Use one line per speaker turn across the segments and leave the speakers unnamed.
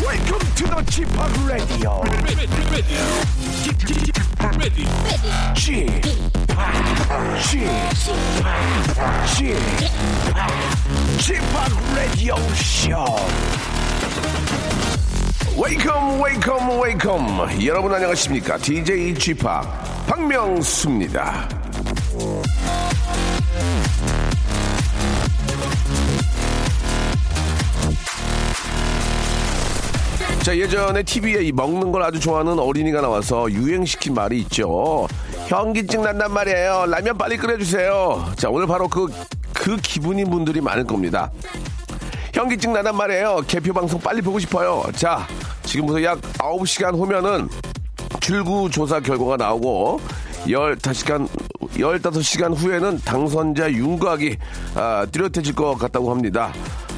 Welcome to the Chip Radio. Chip Chip Chip Radio Show. Welcome, welcome, welcome. 여러분 안녕하십니까? DJ Chip 박명수입니다. 자 예전에 TV에 이 먹는 걸 아주 좋아하는 어린이가 나와서 유행시킨 말이 있죠. 현기증 난단 말이에요. 라면 빨리 끓여주세요. 자 오늘 바로 그 그 기분인 분들이 많을 겁니다. 현기증 난단 말이에요. 개표 방송 빨리 보고 싶어요. 자 지금부터 약 9시간 후면은 출구 조사 결과가 나오고 15시간 15시간 후에는 당선자 윤곽이 아, 뚜렷해질 것 같다고 합니다.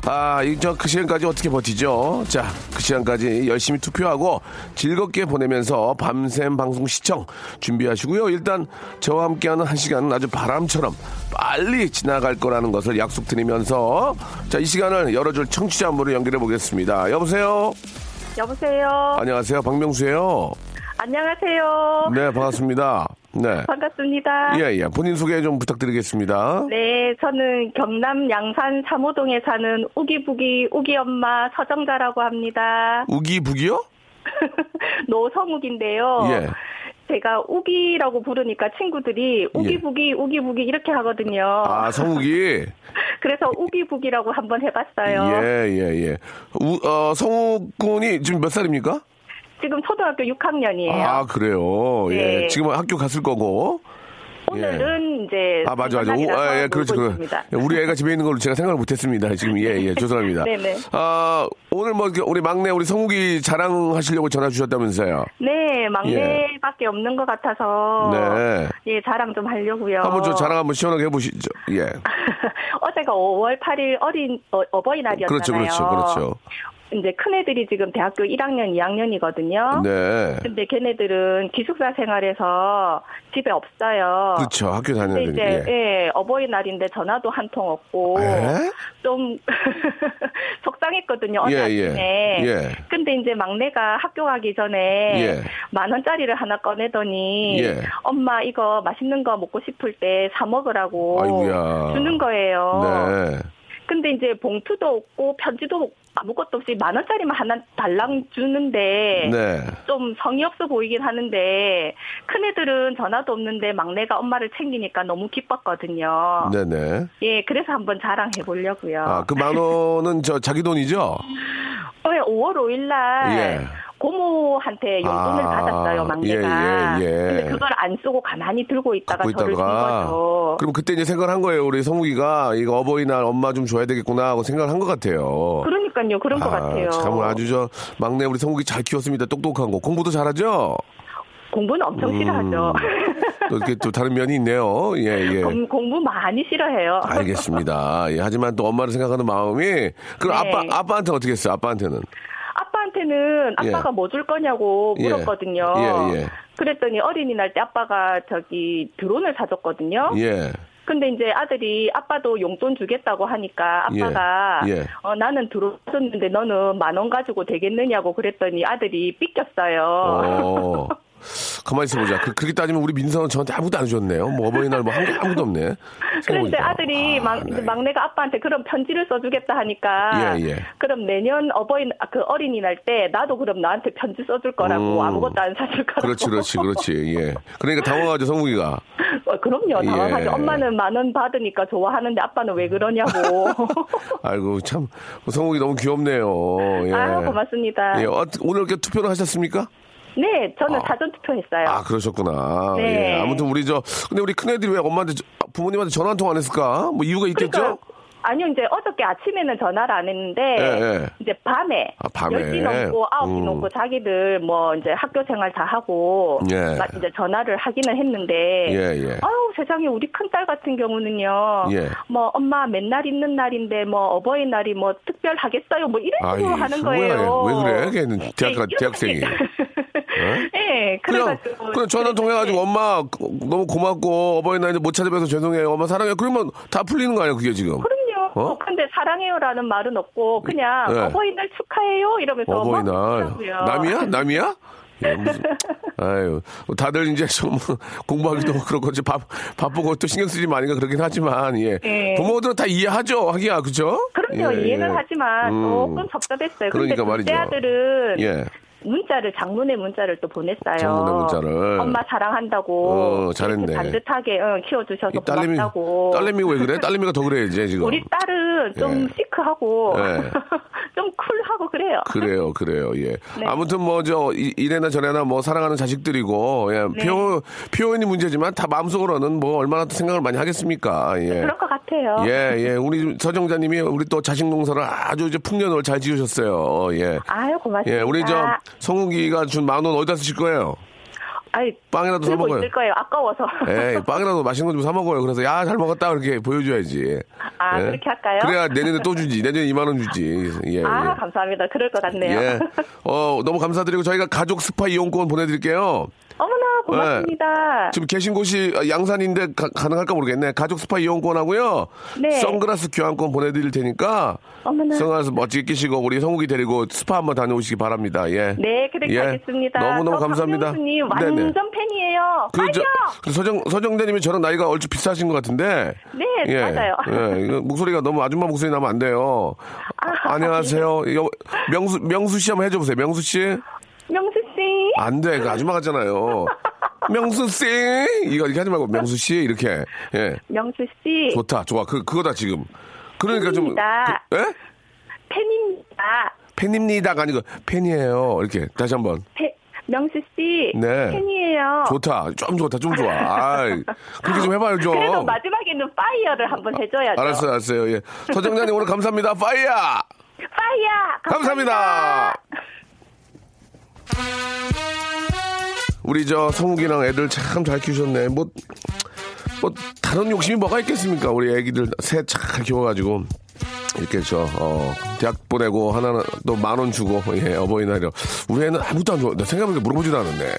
아, 이저그 시간까지 어떻게 버티죠? 자, 그 시간까지 열심히 투표하고 즐겁게 보내면서 밤샘 방송 시청 준비하시고요. 일단 저와 함께하는 한 시간은 아주 바람처럼 빨리 지나갈 거라는 것을 약속드리면서 자, 이 시간을 열어줄 청취자 한 분을 연결해 보겠습니다. 여보세요?
여보세요.
안녕하세요. 박명수예요.
안녕하세요.
아, 네, 반갑습니다. 네.
반갑습니다.
예, 예. 본인 소개 좀 부탁드리겠습니다.
네, 저는 경남 양산 삼호동에 사는 우기부기 우기 엄마 서정자라고 합니다.
우기부기요?
노성욱인데요.
예.
제가 우기라고 부르니까 친구들이 우기부기 우기부기 이렇게 하거든요.
아, 성욱이?
그래서 우기부기라고 한번
예,
해봤어요.
예, 예. 우, 어, 성욱 군이 지금 몇 살입니까?
지금 초등학교 6학년이에요.
아, 그래요. 예.
네.
지금 학교 갔을 거고.
오늘은 이제
아, 맞아, 맞아. 오,
장난이라서
아, 예,
네, 놀고
그렇죠. 그,
있습니다.
우리 애가 집에 있는 걸로 제가 생각을 못 했습니다. 지금, 예, 예. 죄송합니다.
네네.
아, 오늘 뭐, 이렇게 우리 막내, 우리 성욱이 자랑하시려고 전화 주셨다면서요.
네, 막내밖에 없는 것 같아서
예. 네.
예 자랑 좀 하려고요.
한번 저 자랑 한번 시원하게 해보시죠. 예.
어제가 5월 8일 어린 어, 아, 어버이날이었잖아요.
그렇죠, 그렇죠, 그렇죠.
이제 큰 애들이 지금 대학교 1학년, 2학년이거든요.
네.
근데 걔네들은 기숙사 생활에서 집에 없어요.
그렇죠. 학교 다녀야
근데
되니까. 예.
이제 예, 어버이날인데 전화도 한 통 없고
에?
좀 속상했거든요. 어느
예, 예.
아침에.
예.
근데 이제 막내가 학교 가기 전에
예.
만 원짜리를 하나 꺼내더니
예.
엄마 이거 맛있는 거 먹고 싶을 때 사 먹으라고
아이고야.
주는 거예요.
네.
근데 이제 봉투도 없고 편지도 아무것도 없이 만 원짜리만 하나 달랑 주는데
네.
좀 성의 없어 보이긴 하는데 큰애들은 전화도 없는데 막내가 엄마를 챙기니까 너무 기뻤거든요.
네네.
예, 그래서 한번 자랑해 보려고요.
아, 그 만 원은 저 자기 돈이죠?
왜 5월 5일 날
예.
고모한테 용돈을
아,
받았어요, 막내가.
예, 예, 예.
근데 그걸 안 쓰고 가만히 들고 있다가
갖고
저를 준
있다가.
거죠.
그럼 그때 이제 생각을 한 거예요. 우리 성욱이가 이거 어버이날 엄마 좀 줘야 되겠구나 하고 생각을 한 것 같아요.
그러니까요, 그런 것 같아요.
참 아주 저 막내 우리 성욱이 잘 키웠습니다. 똑똑한 거. 공부도 잘하죠?
공부는 엄청
음,
싫어하죠.
또 이렇게 또 다른 면이 있네요. 예, 아. 예.
공- 공부 많이 싫어해요.
알겠습니다. 예, 하지만 또 엄마를 생각하는 마음이 그럼
네.
아빠 아빠한테 어떻게 했어요? 아빠한테는
아빠한테는
예.
아빠가 뭐 줄 거냐고
예.
물었거든요.
예, 예.
그랬더니 어린이날 때 아빠가 저기 드론을 사줬거든요.
예.
근데 이제 아들이 아빠도 용돈 주겠다고 하니까 아빠가
예, 예.
어, 나는 들어줬는데 너는 만 원 가지고 되겠느냐고 그랬더니 아들이 삐꼈어요.
어. 가만히 있어 보자. 그, 그렇게 따지면 우리 민서는 저한테 아무도 안 주었네요. 뭐 어버이날 뭐 아무- 아무도 없네.
그런데
생각해보니까.
아들이
아,
막,
네.
이제 막내가 아빠한테 그런 편지를 써주겠다 하니까
예, 예.
그럼 내년 어버이 아, 그 어린이날 때 나도 그럼 나한테 편지 써줄
음.
거라고 아무것도 안 사줄 거라고.
그렇지, 그렇지, 그렇지. 예. 그러니까 당황하죠, 성욱이가.
어, 그럼요 당황하죠.
예.
엄마는 만 원 받으니까 좋아하는데 아빠는 왜 그러냐고.
아이고 참뭐 성욱이 너무 귀엽네요. 예.
아 고맙습니다.
예, 어, 오늘 이렇게 투표를 하셨습니까?
네 저는
아.
사전 투표했어요.
아 그러셨구나.
네.
예. 아무튼 우리 저 근데 우리 큰 애들이 왜 엄마한테 저- 부모님한테 전화 한 통 안 했을까? 뭐 이유가 있겠죠?
그러니까 아니요, 네. 이제 어저께 아침에는 전화를 안 했는데,
예, 예.
이제 밤에,
아, 밤에.
10시 넘고 9시
음.
넘고 자기들 뭐 이제 학교 생활 다 하고,
예.
나- 이제 전화를 하기는 했는데,
예, 예.
아유, 세상에 우리 큰딸 같은 경우는요,
예.
뭐 엄마 맨날 있는 날인데 뭐 어버이날이 뭐 특별하겠어요, 뭐 이런 식으로 하는
뭐야,
거예요.
왜 그래? 걔는 대학,
네,
대학생이. 어?
이렇게. 예,
그냥,
그래가지고.
그냥 전화 통해가지고 엄마 너무 고맙고 어버이날인데 못 찾아뵈서 죄송해요. 엄마 사랑해요. 그러면 다 풀리는 거 아니야, 그게 지금.
그럼요.
어?
근데 사랑해요라는 말은 없고 그냥
네.
어버이날 축하해요 이러면서 막
어버이날.
그러더라고요.
남이야? 남이야? 예, 무슨, 아유, 뭐 다들 이제 좀 공부하기도 그렇고, 이제 바, 바쁘고 또 신경 쓰지 마니까 그렇긴 하지만, 예.
예.
부모들은 다 이해하죠, 하기야, 그죠?
그럼요
예,
이해는
예.
하지만
음.
조금 섭섭했어요.
그러니까
근데
말이죠.
둘째 아들은
예.
문자를 장문의 문자를 또 보냈어요.
장문의 문자를.
엄마 사랑한다고
어, 잘했네.
이렇게 반듯하게 응, 키워주셔서
이 딸내미,
고맙다고.
딸내미가 왜 그래? 딸내미가 더 그래, 이제 지금.
우리 딸은 좀
예.
시크하고
예.
좀 쿨하고 그래요.
그래요, 그래요, 예.
네.
아무튼 뭐, 저, 이- 이래나 저래나 뭐, 사랑하는 자식들이고, 예.
네.
표, 표현이 문제지만 다 마음속으로는 뭐, 얼마나 또 생각을 많이 하겠습니까, 예.
네, 그럴 것 같아요.
예, 예. 우리 서정자님이 우리 또 자식 농사를 아주 이제 풍년을 잘 지으셨어요. 어, 예.
아유 고맙습니다.
예, 우리 저 성욱이가 준 만 원 어디다 쓰실 거예요?
아이,
빵이라도 사
들고
먹어요.
있을 거예요. 아까워서.
예, 빵이라도 맛있는 거 좀 사 먹어요. 그래서 야 잘 먹었다 이렇게 보여줘야지.
아,
예.
그렇게 할까요?
그래야 내년에 또 주지. 내년에 2만 원 주지. 예,
아,
예.
감사합니다. 그럴 것 같네요.
예. 어, 너무 감사드리고 저희가 가족 스파 이용권 보내드릴게요.
어머나, 고맙습니다.
지금 계신 곳이 양산인데 가, 능할까 모르겠네. 가족 스파 이용권 하고요.
네.
선글라스 교환권 보내드릴 테니까.
어머나.
선글라스 멋지게 끼시고 우리 성욱이 데리고 스파 한번 다녀오시기 바랍니다. 예.
네, 그렇게 하겠습니다.
너무너무
저
감사합니다.
박명수님 완전
네네.
팬이에요.
그, 저,
빨리요!
그 서정, 서정대님이 저랑 나이가 얼추 비슷하신 것 같은데.
네, 맞아요.
예, 이거 목소리가 너무 아줌마 목소리 나면 안 돼요. 아,
네.
안녕하세요. 여- 명수, 명수 씨 한번 해줘보세요. 명수 씨.
명수씨.
안 돼. 그 아줌마 같잖아요. 명수 씨. 이거 이렇게 하지 말고 명수 씨. 이렇게. 예.
명수씨.
좋다. 좋아. 그, 그거다, 지금. 그러니까 좀.
팬입니다.
그, 예?
팬입니다.
팬입니다가 아니고 팬이에요. 이렇게. 다시 한 번.
팬- 명수씨.
네.
팬이에요.
좋다. 좀 좋다. 좀 좋아. 아이. 그렇게 좀 해봐요, 좀.
그래도 마지막에는 파이어를 한번 해줘야죠.
아, 알았어요, 알았어요. 예. 서정장님 오늘 감사합니다. 파이어!
파이어! 감사합니다.
감사합니다. 우리 저 성욱이랑 애들 참 잘 키우셨네. 뭐, 뭐 다른 욕심이 뭐가 있겠습니까? 우리 애기들 새 잘 키워가지고 이렇게 저 어, 대학 보내고 하나는 또 만 원 주고 예 어버이날이요. 우리 애는 아무것도 안 줘. 나 생각해보니까 물어보지도 않았네.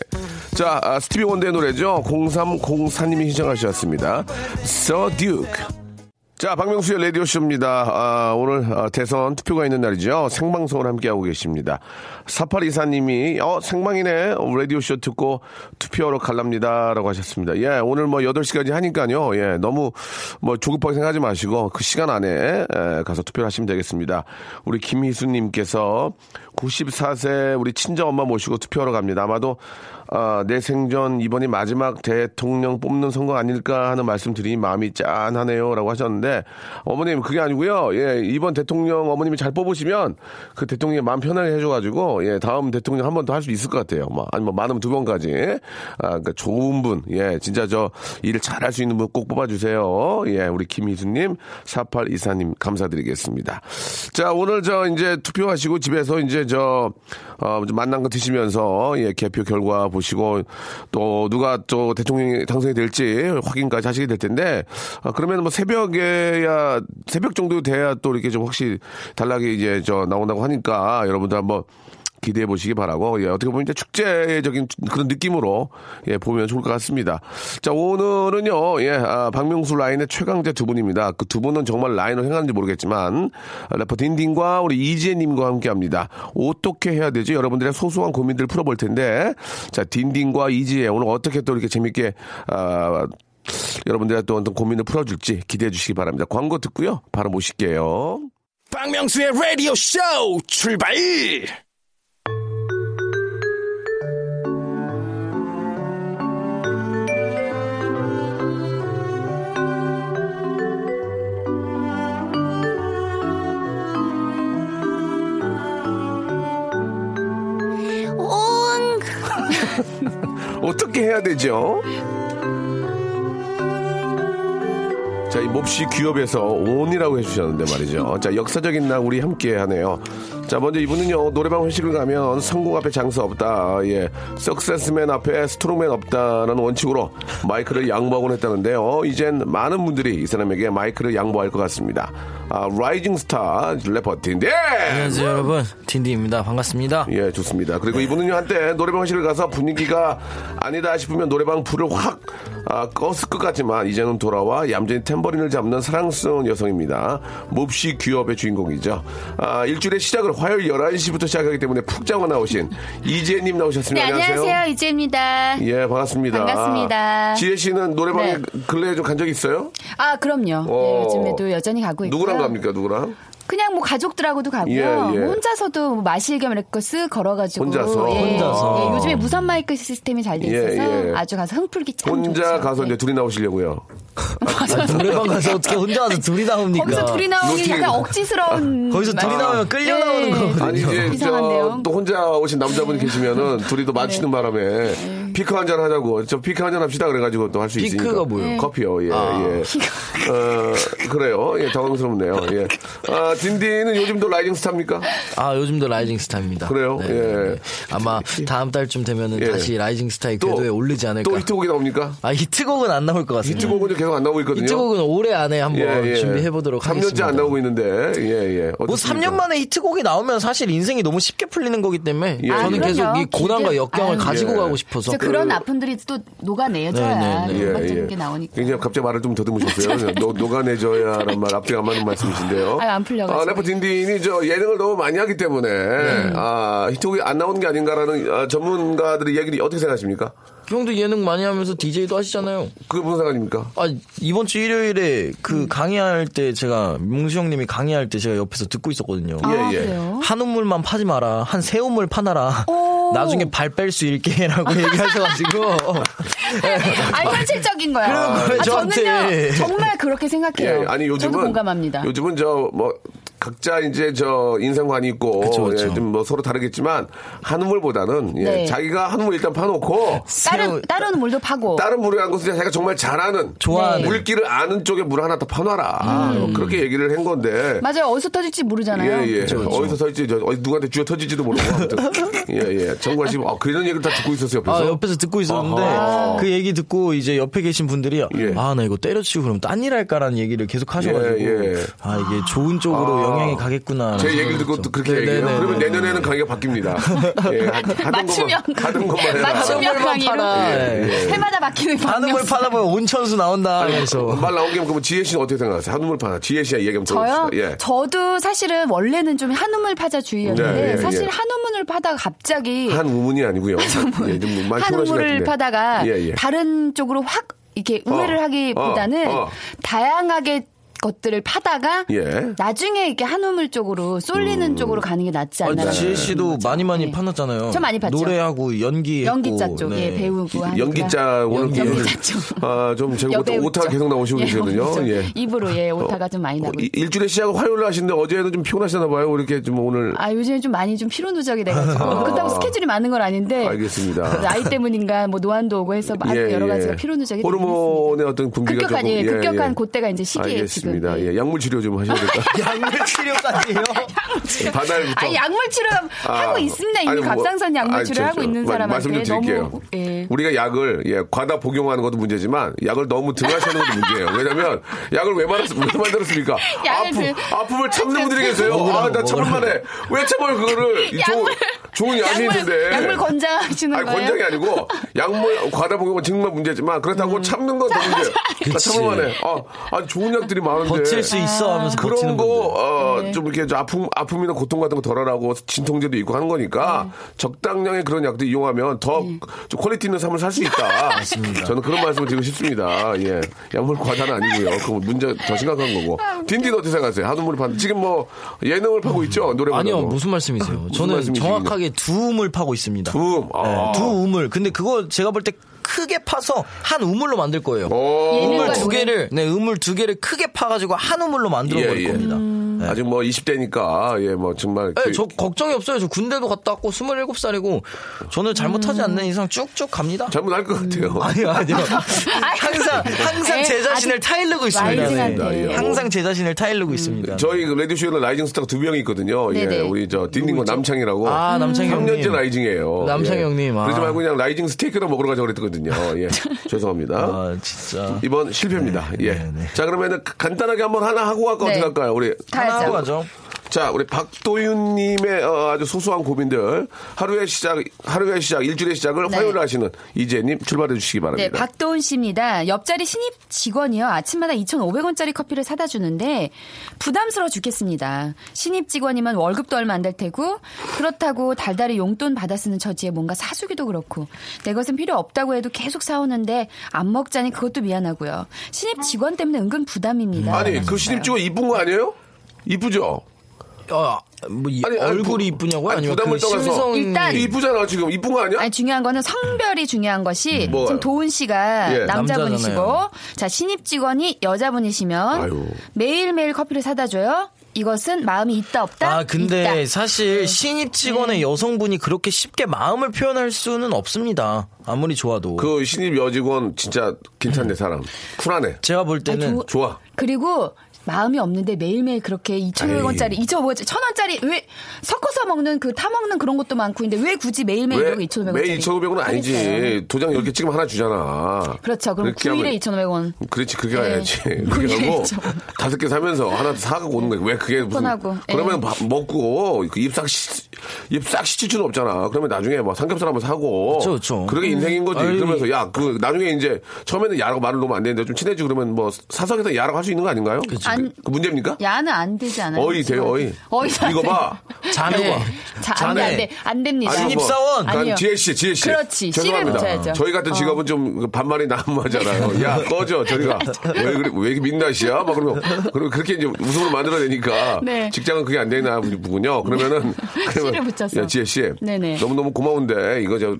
자 아, 스티비 원대의 노래죠. 0304님이 신청하셨습니다. So Duke. 자, 박명수의 라디오쇼입니다. 아, 오늘 아, 대선 투표가 있는 날이죠. 생방송을 함께하고 계십니다. 사팔 이사님이, 어, 생방이네. 어, 라디오쇼 듣고 투표하러 갈랍니다. 라고 하셨습니다. 예, 오늘 뭐 8시까지 하니까요. 예, 너무 뭐 조급하게 생각하지 마시고 그 시간 안에 예, 가서 투표를 하시면 되겠습니다. 우리 김희수님께서 94세 우리 친정엄마 모시고 투표하러 갑니다. 아마도 아, 내 생전 이번이 마지막 대통령 뽑는 선거 아닐까 하는 말씀 드리니 마음이 짠하네요. 라고 하셨는데, 어머님, 그게 아니고요. 예, 이번 대통령 어머님이 잘 뽑으시면 그 대통령이 마음 편하게 해줘가지고, 예, 다음 대통령 한 번 더 할 수 있을 것 같아요. 뭐, 아니, 뭐, 많으면 두 번까지. 아, 그러니까 좋은 분, 예, 진짜 저 일을 잘할 수 있는 분 꼭 뽑아주세요. 예, 우리 김희수님, 4824님, 감사드리겠습니다. 자, 오늘 저 이제 투표하시고 집에서 이제 저, 어, 좀 만난 거 드시면서, 예, 개표 결과 보시고, 또 누가 또 대통령이 당선이 될지 확인까지 하시게 될 텐데, 아, 그러면 뭐 새벽에야, 새벽 정도 돼야 또 이렇게 좀 혹시 달락이 이제 저 나온다고 하니까 여러분들 한번 기대해 보시기 바라고 예, 어떻게 보면 이제 축제적인 그런 느낌으로 예, 보면 좋을 것 같습니다. 자 오늘은요 예, 아, 박명수 라인의 최강자 두 분입니다. 그 두 분은 정말 라인을 행하는지 모르겠지만 아, 래퍼 딘딘과 우리 이지혜님과 함께합니다. 어떻게 해야 되지? 여러분들의 소소한 고민들 풀어볼 텐데 자 딘딘과 이지혜 오늘 어떻게 또 이렇게 재밌게 아, 여러분들의 또 어떤 고민을 풀어줄지 기대해 주시기 바랍니다. 광고 듣고요 바로 모실게요.
박명수의 라디오 쇼 출발!
온
어떻게 해야 되죠? 자, 이 몹시 귀업에서 온이라고 해주셨는데 말이죠. 자, 역사적인 날 우리 함께 하네요. 자, 먼저 이분은요, 노래방 회식을 가면 성공 앞에 장사 없다. 아, 예. 석세스맨 앞에 스트롱맨 없다라는 원칙으로 마이크를 양보하곤 했다는데요. 이젠 많은 분들이 이 사람에게 마이크를 양보할 것 같습니다. 아, 라이징 스타 래퍼 딘데! 음.
안녕하세요 여러분 딘딘입니다 반갑습니다
예, 좋습니다. 그리고 이분은요, 한때 노래방 회식을 가서 분위기가 아니다 싶으면 노래방 불을 확 아, 껐을 것 같지만, 이제는 돌아와 얌전히 탬버린을 잡는 사랑스러운 여성입니다. 몹시 귀업의 주인공이죠. 아, 일주일의 시작을 화요일 11시부터 시작하기 때문에 푹 자고 나오신 이지혜님
네,
나오셨습니다.
안녕하세요. 이지혜입니다.
예, 반갑습니다.
반갑습니다.
지혜 씨는 노래방에
네.
근래에 좀 간 적 있어요?
아, 그럼요.
어.
예, 요즘에도 여전히 가고 뭐 있고.
누구랑 갑니까, 누구랑?
그냥 뭐 가족들하고도 가고요.
예, 예.
뭐 혼자서도 뭐 마실 겸 이렇게 쓱 걸어가지고.
혼자서?
예.
혼자서.
예, 요즘에 무선 마이크 시스템이 잘 돼 있어서
예, 예.
아주 가서 흥풀기 참
혼자
좋죠.
가서
예.
이제 둘이 나오시려고요.
노래방 가서 아, 어떻게 혼자 와서 둘이 나옵니까?
거기서
아,
둘이 나오는 게
노팅.
약간
아,
억지스러운.
거기서
말-
둘이 나오면 끌려 나오는
네.
거거든요.
아니 이제
그러니까. 이상한데요?
저, 또 혼자 오신 남자분 계시면은 둘이 또 마주치는 바람에 피크 한잔 하자고 저 피크 한잔 합시다 그래가지고 또 할 수 있으니까
피크가 뭐예요? 아.
커피요 예 예. 어, 그래요 예 당황스럽네요 예. 아 딘딘은 요즘도 라이징 스타입니까?
아 요즘도 라이징 스타입니다. 네,
그래요? 예.
아마 다음 달쯤 되면은
예.
다시 라이징 스타의 궤도에 올리지 않을까.
또 히트곡이 나옵니까?
아 히트곡은 안 나올 것 같습니다.
히트곡은 계속 안 나오고 있거든요. 예,
히트곡은 올해 안에 한번 준비해 보도록
3년째
하겠습니다.
안 나오고 있는데 예예.
뭐 3년 만에 히트곡이 나오면 사실 인생이 너무 쉽게 풀리는 거기 때문에
예,
저는
예.
계속 이
그럼요.
고난과
기대-
역경을
아유.
가지고
예.
가고 싶어서
그래서 그런 아픔들이 또
네,
녹아내줘야
네, 네.
예.
음악적인 게 예, 나오니까.
굉장히 갑자기 말을 좀 더듬으셨어요. 노, 녹아내줘야란 말 앞뒤 안 맞는 말씀이신데요.
아유, 안 풀려가지고. 네.
래퍼 딘딘이 저 예능을 너무 많이 하기 때문에 아 히트곡이 안 나오는 게 아닌가라는 아, 전문가들의 얘기를 어떻게 생각하십니까?
그 형도 예능 많이 하면서 DJ도 하시잖아요.
그게 무슨 상관입니까?
아 이번 주 일요일에 그
음.
강의할 때 제가 뭉수 형님이 강의할 때 제가 옆에서 듣고 있었거든요.
아,
예, 예.
그래요?
한 우물만 파지 마라. 한 세 우물 파놔라.
어.
나중에 발 뺄 수 있게 해라고 얘기하셔가지고.
아니 현실적인 거야.
그런 거예요,
아,
저한테.
저는요 정말 그렇게 생각해요.
예, 아니 요즘은
저도 공감합니다.
요즘은 저 뭐 각자 이제 저 인생관이 있고 예,
그쵸, 그쵸.
좀뭐 서로 다르겠지만 한우물보다는 예,
네.
자기가 한우물 일단 파놓고
새우-
다른 다른 물도 파고.
다른 물에 안 것은 자기가 정말 잘하는
좋아하는.
네.
물기를 아는 쪽에 물 하나 더 파놔라 그렇게 얘기를 한 건데
음. 맞아요. 어디서 터질지 모르잖아요.
예, 예.
그쵸.
어디서 터질지, 저, 어디 누구한테 쥐어 터질지도 모르고. 아무튼. 예, 예. 정관 씨, 아, 그런 얘기를 다 듣고 있었어요, 옆에서.
아, 옆에서 듣고 있었는데
아하.
그 얘기 듣고 이제 옆에 계신 분들이
예.
아 나 이거 때려치고 그럼 딴 일 할까라는 얘기를 계속 하셔가지고
예, 예.
아 이게 좋은 쪽으로
아.
영향이 가겠구나
제 얘기를 듣고 또
네,
그렇게 얘기해요. 그러면 내년에는 강의가 바뀝니다. 예, 하- 하던
맞추면 그
것만, 하던 것만 해라.
맞추면 강의로
예, 예.
해마다 바뀌는
하는 걸
방향성.
파다 보면 온천수 나온다 그래서
말 나온 김에 그러면 지혜 씨는 어떻게 생각하세요? 한우물 파나? 지혜 씨야 얘기 한번
저요?
들어봅시다. 예.
저도 사실은 원래는 좀 한우물 파자 주의였는데
네, 예,
사실
예.
한우문을 파다가 갑자기
한 우문이 아니고요. 예, 좀 많이 피곤하신 것
한우물을
같은데.
파다가
예, 예.
다른 쪽으로 확 이렇게 우회를
어,
하기보다는
어, 어.
다양하게 것들을 파다가
예.
나중에 이렇게 한우물 쪽으로 쏠리는 쪽으로 가는 게 낫지 않나.
음. 아, 지혜 씨도 많이 많이
네.
파놨잖아요.
저 많이 봤죠.
노래하고 연기
연기자 쪽,
네.
예, 배우고 하니까.
연기자 오늘
연기자
오늘,
쪽.
아, 좀 제가 오타,
여배우
오타
쪽.
계속 나오시고
예,
계시거든요.
오늘 좀
예.
입으로 예 오타가 좀 많이
어,
나고.
이-
있-
일주일에 시작을 화요일로 하시는데 어제는 좀 피곤하시나 봐요. 이렇게 좀 오늘
아 요즘에 좀 많이 좀 피로 누적이 돼가지고 그렇다고 스케줄이 많은 건 아닌데.
아. 알겠습니다. 예,
나이 때문인가 뭐 노안도 오고 해서 많은 여러 가지가 피로 누적이 되긴 했습니다.
호르몬의 어떤 분비가
급격한
조금
예, 급격한
예.
그때가 이제 시기에
알겠습니다.
지금. 예.
예, 약물 치료 좀 하셔야 될까?
양면 치료까지요.
바다에부터.
아니 약물 치료 하고 있습니다. 이미
아니, 뭐,
갑상선 약물
아니,
치료
저,
하고
저,
있는
마-
사람한테
말씀 좀 드릴게요.
너무 예.
우리가 약을 예, 과다 복용하는 것도 문제지만 약을 너무 등하시는 것도 문제예요. 왜냐면 약을 왜, 만들었, 왜 만들었습니까?
약을
아픔,
그-
아픔을 참는 분들이 계세요. 아, 나 참을 만해. 왜 참아요, 그거를. 이 좋은, 좋은 약이 있는데.
약물, 약물 권장하시는
아니,
거예요?
권장이 아니고 약물 과다 복용은 정말 문제지만
음.
그렇다고 참는 건 더 문제예요. 나
그치.
참을 만해. 아, 아, 좋은 약들이 많은데.
버틸 수 있어
아.
하면서
그런
버티는 분들.
네.
거좀 이렇게 좀 아픔 아픔이나 고통 같은 거 덜하라고 진통제도 있고 하는 거니까
네.
적당량의 그런 약도 이용하면 더 좀 퀄리티 있는 삶을 살 수 있다. 저는 그런 말씀을 드리고 싶습니다. 예, 약물 과다는 아니고요. 그 문제 더 심각한 거고.
아,
딘딘 어떻게 생각하세요? 한우물 판 지금 뭐 예능을 파고 있죠 노래방.
아니요 무슨 말씀이세요? 저는
말씀이십니까?
정확하게 두 우물 파고 있습니다.
두 음. 아.
네, 두 우물. 근데 그거 제가 볼 때 크게 파서 한 우물로 만들 거예요.
오.
우물
예능과
두
노래.
개를 네 우물 두 개를 크게 파가지고 한 우물로 만들어 버릴
예, 예.
음.
겁니다.
아직 뭐 20대니까 예 뭐 정말
예,
그-
저 걱정이 없어요. 저 군대도 갔다 왔고 27살이고 저는 잘못하지 않는 이상 쭉쭉 갑니다.
잘못할 것 같아요.
아니요, 아니요. 항상 항상 제
에이,
자신을
아직
타이르고 있습니다.
라이징한데.
네. 항상 제 자신을 타이르고 있습니다.
저희 그 레디쇼에는 라이징 스타가 두 명이 있거든요. 예,
네네.
우리 저 딘딘과 남창이라고.
아, 남창이 형님.
3년째 라이징이에요.
남창이
예.
형님, 아.
그러지 말고 그냥 라이징 스테이크나 먹으러 가자고 그랬거든요. 예. 죄송합니다.
아, 진짜.
이번 실패입니다. 예.
네.
자, 그러면은 간단하게 한번 하나 하고 갈까
네.
어떻게 할까요? 우리
가야죠.
하고 가죠.
자, 우리 박도윤님의 어, 아주 소소한 고민들 하루의 시작, 하루의 시작, 일주일의 시작을
네.
화요일 하시는 이재님 출발해 주시기
네,
바랍니다.
박도훈 씨입니다. 옆자리 신입 직원이요. 아침마다 2,500원짜리 커피를 사다 주는데 부담스러워 죽겠습니다. 신입 직원이면 월급도 얼마 안 될 테고 그렇다고 달달이 용돈 받아 쓰는 처지에 뭔가 사주기도 그렇고 내 것은 필요 없다고 해도 계속 사오는데 안 먹자니 그것도 미안하고요. 신입 직원 때문에 은근
네,
부담입니다.
아니, 그 신입 직원 이쁜 거 아니에요? 이쁘죠?
어, 뭐 이-
아니, 아니,
얼굴이
부-
이쁘냐고요?
아니,
아니면
부담을
그
떠나서
심성이
일단
이쁘잖아, 지금. 이쁜 거 아니야?
아니 중요한 거는 성별이 중요한 것이
음, 뭐가요?
지금 도훈 씨가
예.
남자분이시고
남자잖아요.
자 신입 직원이 여자분이시면
아유.
매일 매일 커피를 사다 줘요. 이것은 마음이 있다 없다.
아, 근데
있다.
사실 신입 직원의 여성분이 그렇게 쉽게 마음을 표현할 수는 없습니다. 아무리 좋아도.
그 신입 여직원 진짜 괜찮네, 사람. 쿨하네.
제가 볼 때는
조-
좋아.
그리고 마음이 없는데 매일매일 그렇게 2,500원짜리, 2,500원짜리, 1,000원짜리 왜 섞어서 먹는 그 타먹는 그런 것도 많고 근데 왜 굳이 매일매일
왜
이러고 2,500원짜리?
매일 2,500원은 아니지. 도장 10개 찍으면 하나 주잖아.
그렇죠. 그럼
그렇게
9일에
하면-
2,500원.
그렇지 그게
네.
해야지
그게
그렇게 하고
있죠.
다섯 개 사면서 하나 사고 오는 거야 왜 그게 무슨
뻔하고, 예.
그러면 밥 먹고 그 입싹 시, 입싹 시칠 수는 없잖아 그러면 나중에 막 삼겹살 한번 사고
그쵸, 그쵸.
게 인생인 거지
아이.
그러면서 야 그 나중에 이제 처음에는 야라고 말을 놓으면 안 되는데 좀 친해지고 그러면 뭐 사석에서 야라고 할 수 있는 거 아닌가요
안-
그 문제입니까
야는 안 되지 않아요?
어이 돼요 어이
어이 안
이거
돼요.
봐
아, 네. 자매가.
자, 안 돼, 안 돼. 안 됩니다.
아니,
신입
뭐,
사원.
난
아니요.
지혜 씨, 지혜 씨.
그렇지. 씨를
죄송합니다.
붙여야죠. 어.
저희 같은 직업은 좀그 반말이 난무하잖아요. 야 꺼져 저리가 왜 그래 왜 이렇게 민낯이야? 막 그러면 그리고 그렇게 이제 웃음을 만들어내니까
네.
직장은 그게 안 되나 보군요. 그러면은
씨를 붙였어.
야, 지혜 씨,
네네.
너무 너무 고마운데 이거 저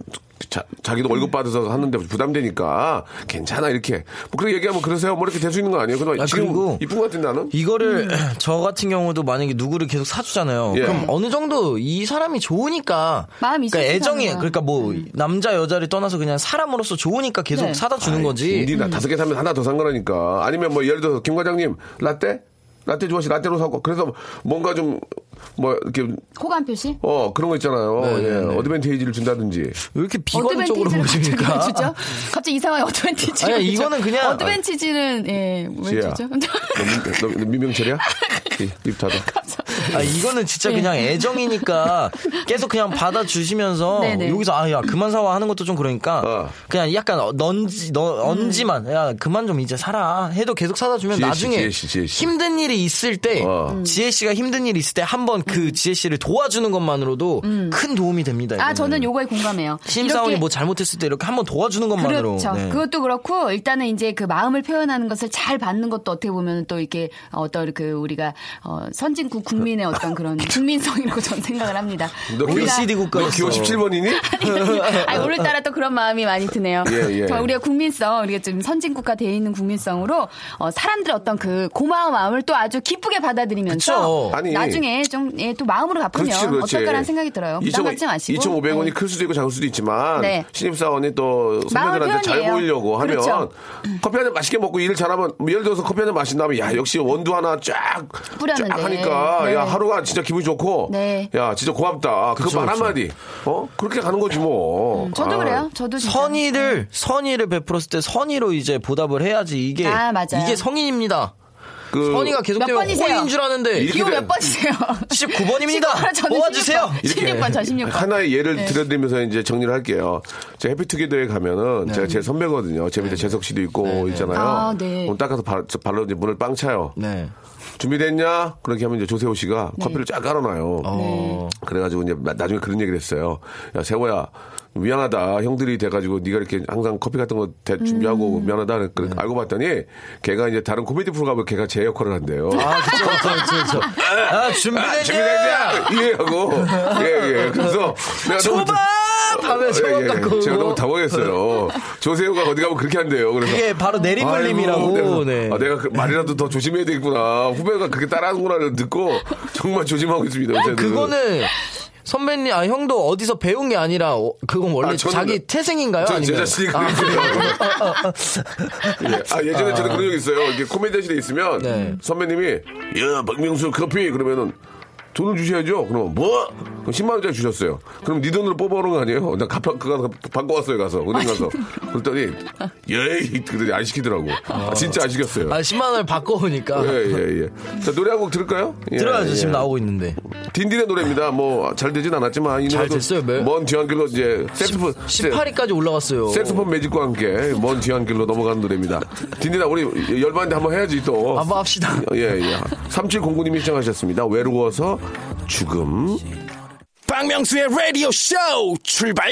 자, 자기도 월급 받아서 하는데 부담되니까 괜찮아 이렇게 뭐 그렇게 얘기하면 그러세요. 뭐 이렇게 될 수 있는 거 아니에요? 그럼
아,
지금
그리고
이쁜 거 같은데 나는
이거를
음.
저 같은 경우도 만약에 누구를 계속 사주잖아요.
예.
그럼 어느 정도 이 사람이 좋으니까
마음이
그러니까
있어서 사는
애정이
거야.
그러니까 뭐 남자 여자를 떠나서 그냥 사람으로서 좋으니까 계속
음. 네.
사다 주는 거지.
니 다섯 개 사면 하나 더 산 거라니까. 아니면 뭐 예를 들어서 김 과장님 라떼 라떼 좋아하시 라떼로 사고 그래서 뭔가 좀 뭐 이렇게
호감 표시?
어 그런 거 있잖아요.
네,
예, 어드밴테이지를 준다든지.
왜 이렇게 비관적으로
어드밴티지를 갑자기 왜
보십니까?
주죠? 갑자기 이상한 어드밴티지.
아니, 이거는 그냥-
어드밴티지는 예, 왜
지혜야.
주죠?
뭐 너, 너, 너 민병철이야? 입, 입 닫아.
아, 이거는 진짜 그냥 애정이니까 계속 그냥 받아주시면서
네. 네네.
여기서 아, 야, 그만 사와 하는 것도 좀 그러니까
어.
그냥 약간 어, 넌지, 너,
음.
언지만 야, 그만 좀 이제 살아 해도 계속 사다 주면
지혜 씨,
나중에
지혜 씨, 지혜 씨.
힘든 일이 있을 때
어.
음.
지혜 씨가 힘든 일이 있을 때 한번 그 지혜 씨를 도와주는 것만으로도 큰 도움이 됩니다.
음. 아,
이거는.
저는 요거에 공감해요.
네. 심사원이
이렇게-
뭐 잘못했을 때 이렇게 한번 도와주는 것만으로
그렇죠.
네.
그것도 그렇고 일단은 이제 그 마음을 표현하는 것을 잘 받는 것도 어떻게 보면 또 이렇게 어떤 그 우리가 어, 선진국 국민의 어떤 그런 국민성이라고 저는 생각을 합니다.
너 기호,
OECD
너 기호
국가였어.
17번이니?
아니, 오늘따라 또 그런 마음이 많이 드네요.
예, 예.
정말 우리가 국민성, 우리가 좀 선진국가 돼 있는 국민성으로 어, 사람들의 어떤 그 고마운 마음을 또 아주 기쁘게 받아들이면서
그쵸.
아니.
나중에 좀 예, 또 마음으로 갚으면
그렇지, 그렇지.
어떨까라는 생각이 들어요. 부담 갖지 마시고. 예.
2,500원이 클 수도 있고 작을 수도 있지만
네.
신입사원이 또
마음의
선배들한테 잘
표현이에요.
보이려고 하면
그렇죠.
커피 한 잔 맛있게 먹고 일을 잘하면 뭐 예를 들어서 커피 한 잔 마신 다음에 야 역시 원두 하나 쫙,
뿌렸는데.
쫙 하니까
네.
야 하루가 진짜 기분이 좋고
네.
야 진짜 고맙다. 그말
그쵸.
한마디 어 그렇게 가는 거지 뭐.
음, 저도
아.
그래요. 저도 진짜. 음.
선의를 선의를 베풀었을 때 선의로 이제 보답을 해야지 이게
아, 맞아요.
이게 성인입니다.
그
선의가
몇
계속되면
번이세요?
혼인 줄 아는데
이렇게
기호
돼.
몇 번이세요?
19번입니다. 모아주세요.
16번, 저 16번. 네.
하나의 예를 들어드리면서 이제 정리를 할게요. 제가 해피투게더에 가면은 제가 제 선배거든요. 제 밑에 재석 씨도 있고 있잖아요.
아, 네.
그럼 딱 가서 발, 발로 이제 문을 빵 차요.
네.
준비됐냐? 그렇게 하면 이제 조세호 씨가 커피를 쫙 깔아놔요.
어.
그래가지고 이제 나- 나중에 그런 얘기를 했어요. 야 세호야 미안하다 형들이 돼가지고 네가 이렇게 항상 커피 같은 거 대-
음.
준비하고 미안하다 그래
네.
알고 봤더니 걔가 이제 다른 코미디 프로그램을 걔가 제 역할을 한대요.
아, 그쵸, 그쵸, 그쵸. 아, 준비됐냐?
준비됐냐? 예 하고 예예 그래서 예, 내가 너무
초밥! 밤에 소원 갖고
예, 제가 너무
오고
당황했어요. 조세호가 어디 가면 그렇게 한대요. 그래서
그게 바로
아이고,
내리걸림이라고 네.
내가, 아, 내가 그 말이라도 더 조심해야 되겠구나. 후배가 그렇게 따라하는구나를 듣고 정말 조심하고 있습니다. 요새는.
그거는 선배님 아 형도 어디서 배운 게 아니라 어, 그건
아,
원래
저는-
자기 태생인가요?
저,
아닌가요?
제 자신이 그랬어요. 예. 아, 예전에 저도 그런 적 있어요. 이게 코미디실에 있으면
네.
선배님이 야, 박명수 커피 그러면은 돈을 주셔야죠. 그러면 뭐? 그럼 10만 원짜리 주셨어요. 그럼 네 돈으로 뽑아오는 거 아니에요? 나 갚아 그거 가서 받고 왔어요 가서 은행 가서. 그랬더니 예이 그러더니 안 시키더라고. 아, 진짜 안 시켰어요.
아 10만 원을 바꿔오니까
예, 예, 예. 자, 노래 한 곡 들을까요? 예,
들어가죠
예.
지금 나오고 있는데
딘딘의 노래입니다. 뭐 잘 되진 않았지만 이
잘
노래도
됐어요, 매-
먼 뒤안길로 이제 색스폰
18위까지 올라갔어요.
색스폰 매직과 함께 먼 뒤안길로 넘어가는 노래입니다. 딘딘아 우리 열반대 한번 해야지 또.
한번 합시다.
예, 예. 3709님이 시청하셨습니다. 외로워서 죽음.
박명수의 라디오 쇼 출발!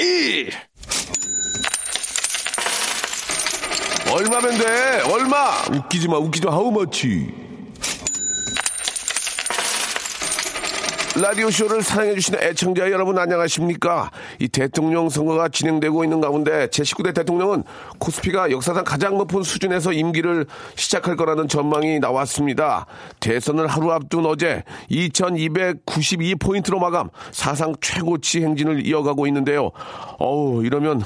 얼마면 돼? 얼마? 웃기지 마, 웃기지 마. How much? 라디오쇼를 사랑해주시는 애청자 여러분 안녕하십니까? 이 대통령 선거가 진행되고 있는 가운데 제19대 대통령은 코스피가 역사상 가장 높은 수준에서 임기를 시작할 거라는 전망이 나왔습니다. 대선을 하루 앞둔 어제 2292포인트로 마감 사상 최고치 행진을 이어가고 있는데요. 어우, 이러면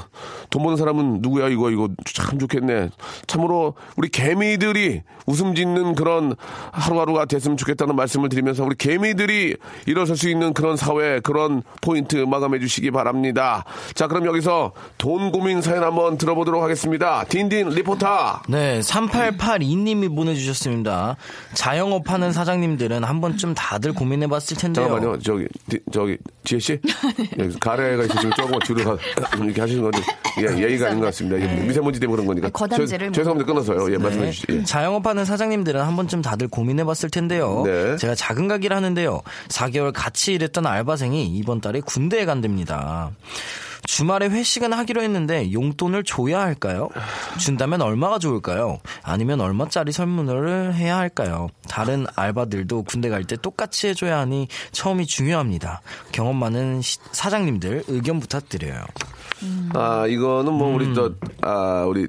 돈 버는 사람은 누구야 이거 이거 참 좋겠네. 참으로 우리 개미들이 웃음 짓는 그런 하루하루가 됐으면 좋겠다는 말씀을 드리면서 우리 개미들이 일어설 수 있는 그런 사회 그런 포인트 마감해 주시기 바랍니다. 자 그럼 여기서 돈 고민 사연 한번 들어보도록 하겠습니다. 딘딘 리포터.
네, 3882님이 보내주셨습니다. 자영업 하는 사장님들은 한 번쯤 다들 고민해봤을 텐데요.
네.
잠깐만요. 저기 디- 저기 지혜 씨 여기 가래가 있으시면 조금만 뒤로 가 이렇게 하시는 건데 예, 예의가 아닌 것 같습니다. 이게 미세먼지 때문에 그런 거니까.
네. 아, 거담제를 네.
죄- 죄송합니다. 끊어서요. 예 말씀해 주시죠. 예.
음. 자영업하는 사장님들은 한 번쯤 다들 고민해봤을 텐데요.
네.
제가 작은 가게를 하는데요. 4개월 같이 일했던 알바생이 이번 달에 군대에 간답니다. 주말에 회식은 하기로 했는데 용돈을 줘야 할까요? 준다면 얼마가 좋을까요? 아니면 얼마짜리 설문을 해야 할까요? 다른 알바들도 군대 갈 때 똑같이 해줘야 하니 처음이 중요합니다. 경험 많은 시- 사장님들 의견 부탁드려요.
아 이거는 뭐
음.
우리 저아 우리